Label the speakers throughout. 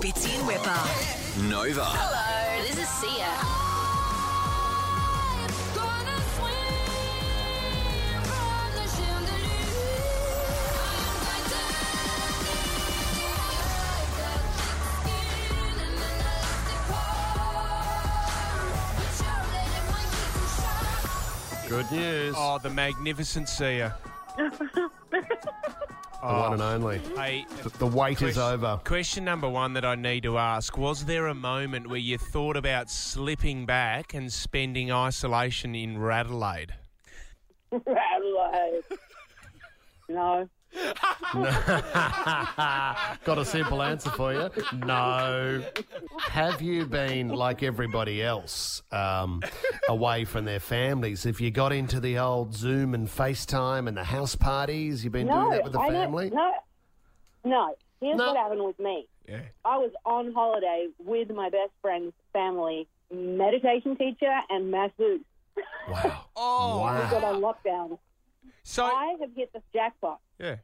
Speaker 1: Whipper.
Speaker 2: Nova.
Speaker 3: Hello, this is Sia.
Speaker 4: Good news.
Speaker 5: Oh, the magnificent Sia.
Speaker 4: The one
Speaker 5: oh.
Speaker 4: and only.
Speaker 5: Hey,
Speaker 4: The, the wait is
Speaker 5: question-
Speaker 4: over.
Speaker 5: Question number one that I need to ask Was there a moment where you thought about slipping back and spending isolation in Radelaide?
Speaker 6: Adelaide. No.
Speaker 4: Got a simple answer for you. No. Have you been like everybody else, um, away from their families? If you got into the old Zoom and FaceTime and the house parties, you've been doing that with the
Speaker 6: I don't-
Speaker 4: family?
Speaker 6: No. No. Here's
Speaker 4: No.
Speaker 6: what happened with me.
Speaker 5: Yeah.
Speaker 6: I was on holiday with my best friend's family, meditation teacher, and masseuse.
Speaker 4: Wow.
Speaker 5: Oh,
Speaker 6: Got
Speaker 4: wow.
Speaker 6: on lockdown.
Speaker 5: So,
Speaker 6: I have hit the jackpot.
Speaker 5: yeah.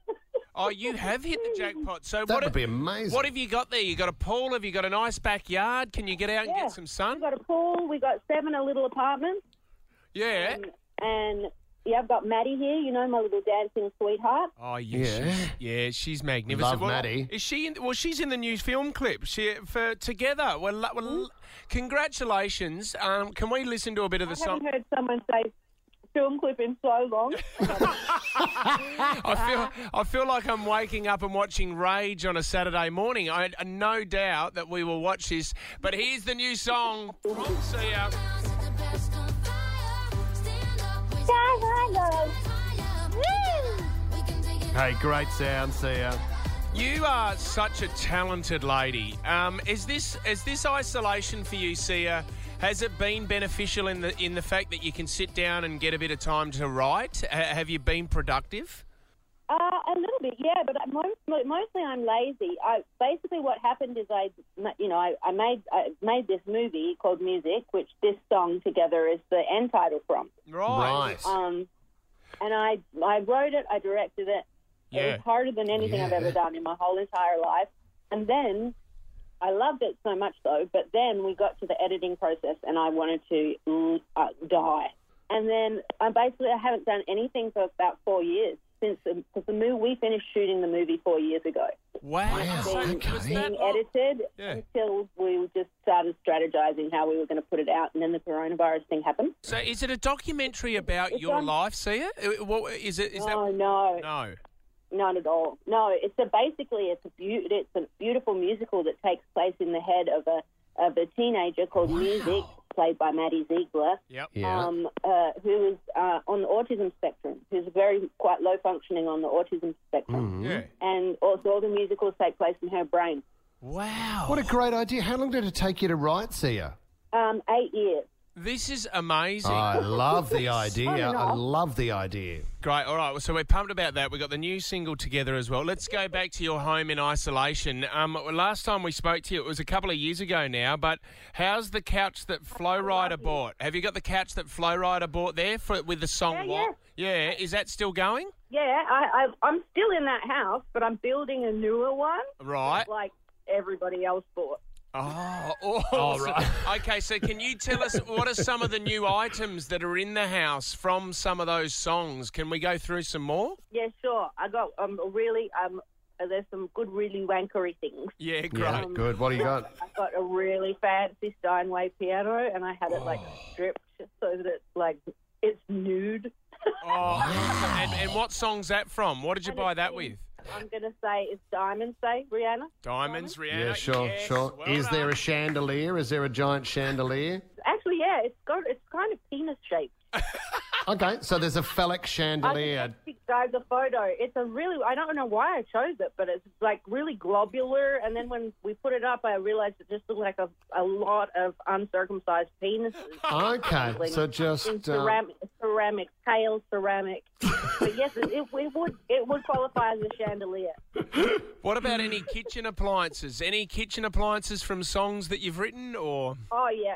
Speaker 5: Oh, you have hit the jackpot. So,
Speaker 4: That
Speaker 5: what,
Speaker 4: would
Speaker 5: have,
Speaker 4: be amazing.
Speaker 5: what have you got there? You got a pool? Have you got a nice backyard? Can you get out and
Speaker 6: Yeah.
Speaker 5: get some sun?
Speaker 6: We got a pool. We got seven a little apartments,
Speaker 5: Yeah.
Speaker 6: and yeah, I've got Maddie here. You know my little dancing sweetheart.
Speaker 5: Oh yes,
Speaker 4: Yeah.
Speaker 5: she's, yeah, she's magnificent.
Speaker 4: Love
Speaker 5: well,
Speaker 4: Maddie.
Speaker 5: Is she? In, well, she's in the new film clip. She for together. Well, lo- well lo- congratulations. Um, can we listen to a bit of the
Speaker 6: I
Speaker 5: song?
Speaker 6: haven't heard someone say film clip in so long.
Speaker 5: I feel I feel like I'm waking up and watching Rage on a Saturday morning. I I- no doubt that we will watch this, but here's the new song. from Sia.
Speaker 4: Hey, great sound, see ya.
Speaker 5: You are such a talented lady. Um, is this is this isolation for you, Sia? Has it been beneficial in the in the fact that you can sit down and get a bit of time to write? H- have you been productive?
Speaker 6: Uh, a little bit, yeah, but I- most, mostly I'm lazy. I basically what happened is I, you know, I, I made I made this movie called Music, which this song together is the end title from.
Speaker 5: Oh.
Speaker 4: Right.
Speaker 6: Um, and I I wrote it, I directed it. It
Speaker 5: Yeah.
Speaker 6: was harder than anything I've ever
Speaker 4: Yeah.
Speaker 6: done in my whole entire life. And then I loved it so much, though. But then we got to the editing process, and I wanted to mm, uh, die. And then I basically I haven't done anything for about four years since because the movie we finished shooting the movie four years ago,
Speaker 5: Wow.
Speaker 4: Wow,
Speaker 5: So
Speaker 4: okay.
Speaker 5: was that
Speaker 6: being
Speaker 5: long-
Speaker 6: edited
Speaker 5: Yeah.
Speaker 6: until we just started strategizing how we were going to put it out, and then the coronavirus thing happened.
Speaker 5: so is it a documentary about
Speaker 6: It's
Speaker 5: your
Speaker 6: on-
Speaker 5: life, Sia? Uh, What is it? Is
Speaker 6: oh
Speaker 5: that
Speaker 6: no,
Speaker 5: no?
Speaker 6: Not at all. No, it's a basically it's a beau- it's a beautiful musical that takes place in the head of a of a teenager called Music, played by Maddie Ziegler,
Speaker 5: Yep.
Speaker 4: Yeah.
Speaker 6: um, uh, who is uh, on the autism spectrum, who's very quite low functioning on the autism spectrum,
Speaker 5: Yeah.
Speaker 6: and also all the musicals take place in her brain.
Speaker 5: Wow.
Speaker 4: What a great idea. How long did it take you to write, see ya?
Speaker 6: Um, eight years.
Speaker 5: this is amazing.
Speaker 4: I love the idea. I
Speaker 6: enough.
Speaker 4: love the idea.
Speaker 5: Great. All right. Well, so we're pumped about that. We got the new single together as well. Let's go back to your home in isolation. Um, last time we spoke to you, it was a couple of years ago now. But how's the couch that Flow Rider bought? Have you got the couch that Flow Rider bought there for with the song?
Speaker 6: Yeah,
Speaker 5: What? Yeah. Is that still going?
Speaker 6: Yeah, I, I I'm still in that house, but I'm building a newer one,
Speaker 5: Right.
Speaker 6: like everybody else bought.
Speaker 5: Oh. awesome. Okay. So can you tell us what are some of the new items that are in the house from some of those songs? Can we go through some more?
Speaker 6: Yeah, sure. I got um a really um there's some good really wankery things.
Speaker 5: Yeah. Great.
Speaker 4: Yeah, good. What do you got?
Speaker 6: I got a really fancy Steinway piano and I had it like stripped so that it's like it's nude.
Speaker 5: Oh, awesome. and, and what song's that from? What did you buy that with?
Speaker 6: I'm gonna say it's diamond say, Rihanna.
Speaker 5: Diamonds, Rihanna.
Speaker 4: Yeah, sure,
Speaker 5: Yes,
Speaker 4: sure.
Speaker 5: well
Speaker 4: Is there a
Speaker 5: done.
Speaker 4: chandelier? Is there a giant chandelier?
Speaker 6: Actually yeah, it's got it's kind of penis shaped.
Speaker 4: Okay, so there's a phallic
Speaker 6: I can
Speaker 4: chandelier.
Speaker 6: text you guys a photo. It's a really I don't know why I chose it, but it's like really globular and then when we put it up I realized it just looked like a, a lot of uncircumcised penises.
Speaker 4: Okay, so
Speaker 6: in
Speaker 4: just uh,
Speaker 6: ceramic, ceramic, pale ceramic. but yes, it, it, it would it would qualify as a chandelier.
Speaker 5: What about any kitchen appliances? Any kitchen appliances from songs that you've written, or
Speaker 6: Oh yeah,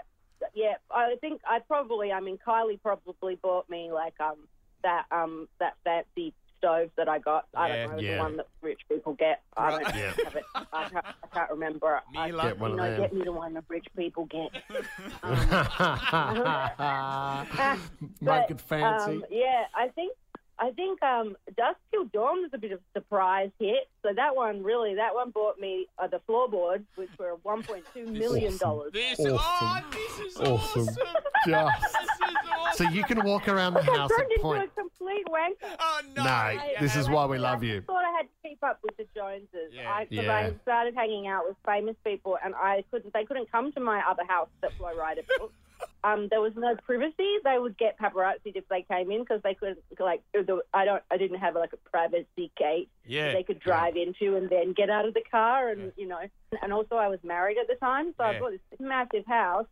Speaker 6: yeah. I think I probably I mean Kylie probably bought me like um that um that fancy stove that I got. I
Speaker 5: Yeah.
Speaker 6: don't know
Speaker 4: Yeah.
Speaker 6: the one that rich people get. I don't
Speaker 4: Yeah.
Speaker 6: have it. I can't, I can't remember.
Speaker 5: Me
Speaker 6: I,
Speaker 5: like-
Speaker 4: Get one
Speaker 6: you
Speaker 4: of
Speaker 6: know,
Speaker 4: them.
Speaker 6: get me the one that rich people get. Um,
Speaker 4: Make
Speaker 6: But,
Speaker 4: it fancy.
Speaker 6: Um, yeah, I think I think um, Dusk Till Dawn was a bit of a surprise hit. So that one really, that one bought me uh, the floorboards, which were 1.2 million dollars.
Speaker 5: This,
Speaker 4: Awesome.
Speaker 5: oh, this is awesome.
Speaker 4: Awesome.
Speaker 5: This is
Speaker 4: Just.
Speaker 5: awesome.
Speaker 4: So you can walk around the house
Speaker 6: Turned
Speaker 4: and
Speaker 6: into
Speaker 4: point.
Speaker 6: a complete wanker.
Speaker 5: Oh, no.
Speaker 4: No, this is why we love you.
Speaker 6: I thought I had to keep up with the Joneses.
Speaker 5: Yeah.
Speaker 6: I, 'cause
Speaker 4: Yeah.
Speaker 6: I started hanging out with famous people, and I couldn't. They couldn't come to my other house that Flo Rida built. Um, there was no privacy. They would get paparazzi if they came in because they couldn't. Like, the- I don't. I didn't have like a privacy gate
Speaker 5: Yeah.
Speaker 6: that they could drive into and then get out of the car, and you know. And also, I was married at the time, so
Speaker 5: Yeah.
Speaker 6: I bought this massive house,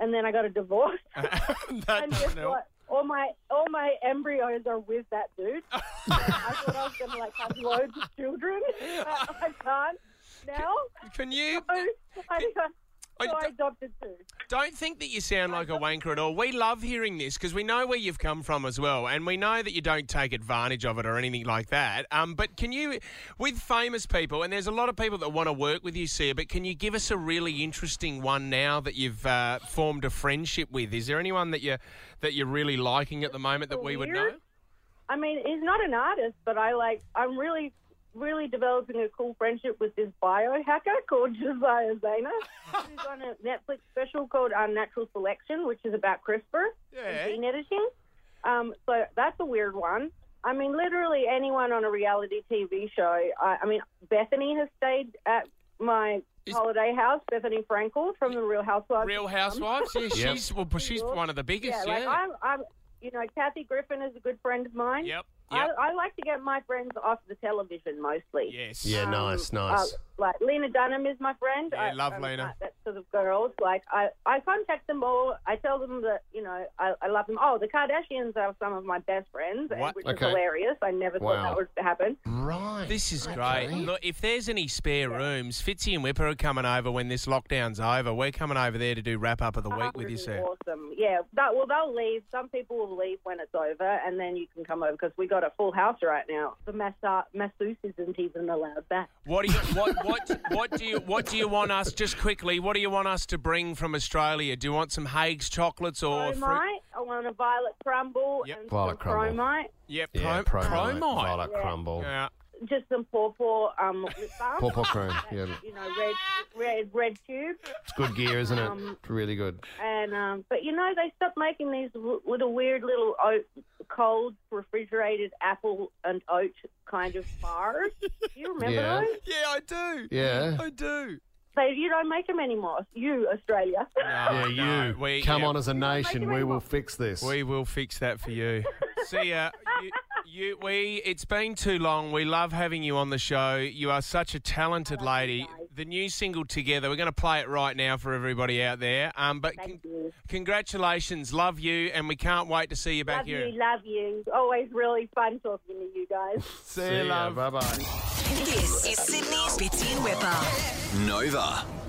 Speaker 6: and then I got a divorce.
Speaker 5: that
Speaker 6: And guess
Speaker 5: doesn't help.
Speaker 6: what? All my all my embryos are with that dude. I thought I was gonna like have loads of children. I can't now.
Speaker 5: Can you?
Speaker 6: So I, so I
Speaker 5: I-
Speaker 6: adopted two.
Speaker 5: Don't think that you sound like a wanker at all. We love hearing this because we know where you've come from as well, and we know that you don't take advantage of it or anything like that. Um, but can you, with famous people, and there's a lot of people that want to work with you, Sia, but can you give us a really interesting one now that you've uh, formed a friendship with? Is there anyone that you that you're really liking at the moment that we would know?
Speaker 6: Weird. I mean, he's not an artist, but I like. I'm really, really developing a cool friendship with this biohacker called Josiah Zana. He's on a Netflix special called Unnatural Selection, which is about CRISPR
Speaker 5: Yeah.
Speaker 6: and gene editing. Um, so that's a weird one. I mean, literally anyone on a reality TV show. I, I mean, Bethany has stayed at my
Speaker 5: Is-
Speaker 6: holiday house. Bethany Frankel from the Real Housewives.
Speaker 5: Real Housewives? Yeah, she's well, she's one of the
Speaker 6: Yeah,
Speaker 5: biggest. Yeah.
Speaker 6: like I'm, I'm, you know, Kathy Griffin is a good friend of mine.
Speaker 5: yep. Yep.
Speaker 6: I, I like to get my friends off the television mostly.
Speaker 5: yes.
Speaker 4: Yeah,
Speaker 6: Um,
Speaker 4: nice, nice.
Speaker 6: uh, like Lena Dunham is my friend.
Speaker 5: Yeah,
Speaker 6: I
Speaker 5: love
Speaker 6: I'm
Speaker 5: Lena.
Speaker 6: like That sort of girls. Like I, I contact them all. I tell them that you know I, I love them. Oh, the Kardashians are some of my best friends, and-
Speaker 5: What?
Speaker 6: which
Speaker 4: Okay.
Speaker 6: is hilarious. I never
Speaker 4: Wow.
Speaker 6: thought that would happen.
Speaker 4: Right.
Speaker 5: This is
Speaker 4: Okay.
Speaker 5: great. Look, if there's any spare rooms, Fitzy and Whipper are coming over when this lockdown's over. We're coming over there to do wrap up of the week with you, sir.
Speaker 6: Awesome. Yeah. That, well, they'll leave. Some people will leave when it's over, and then you can come over because we got a full house right now. The massa- masseuse isn't even allowed back.
Speaker 5: What do you what what what do you what do you want us just quickly? What do you want us to bring from Australia? Do you want some Hague's chocolates or
Speaker 6: Promite. I want a violet crumble
Speaker 5: Yep.
Speaker 6: and
Speaker 4: Violet
Speaker 6: some
Speaker 4: crumble.
Speaker 6: Promite.
Speaker 5: Yep,
Speaker 4: Yeah,
Speaker 5: pro-
Speaker 4: Promite,
Speaker 5: Promite.
Speaker 4: Violet
Speaker 6: Yeah.
Speaker 4: crumble.
Speaker 5: Yeah.
Speaker 6: just some pawpaw um lip balm.
Speaker 4: Paw Paw Cream. Yeah,
Speaker 6: You know, red, red, red tube,
Speaker 4: it's good gear, isn't it?
Speaker 6: Um,
Speaker 4: It's really good.
Speaker 6: and um, but you know they stopped making these w- little weird little oat, cold refrigerated apple and oat kind of bars. Do you remember
Speaker 4: Yeah.
Speaker 6: those?
Speaker 5: Yeah, I do.
Speaker 4: Yeah.
Speaker 5: I do.
Speaker 6: They you don't make them anymore. You Australia.
Speaker 5: Oh,
Speaker 4: Yeah, you. Come on as a nation. We will fix this.
Speaker 5: We will fix that for you. See ya. You, you, we. It's been too long. We love having you on the show. You are such a talented
Speaker 6: Oh,
Speaker 5: lady. The new single together. We're going to play it right now for everybody out there. Um, but con-
Speaker 6: Thank you.
Speaker 5: congratulations, love you, and we can't wait to see you back
Speaker 6: Love
Speaker 5: here.
Speaker 6: you, love you. Always really fun talking to you guys.
Speaker 4: See ya. Bye bye.
Speaker 1: This is Sydney's Bitsy and Whipper.
Speaker 2: Nova.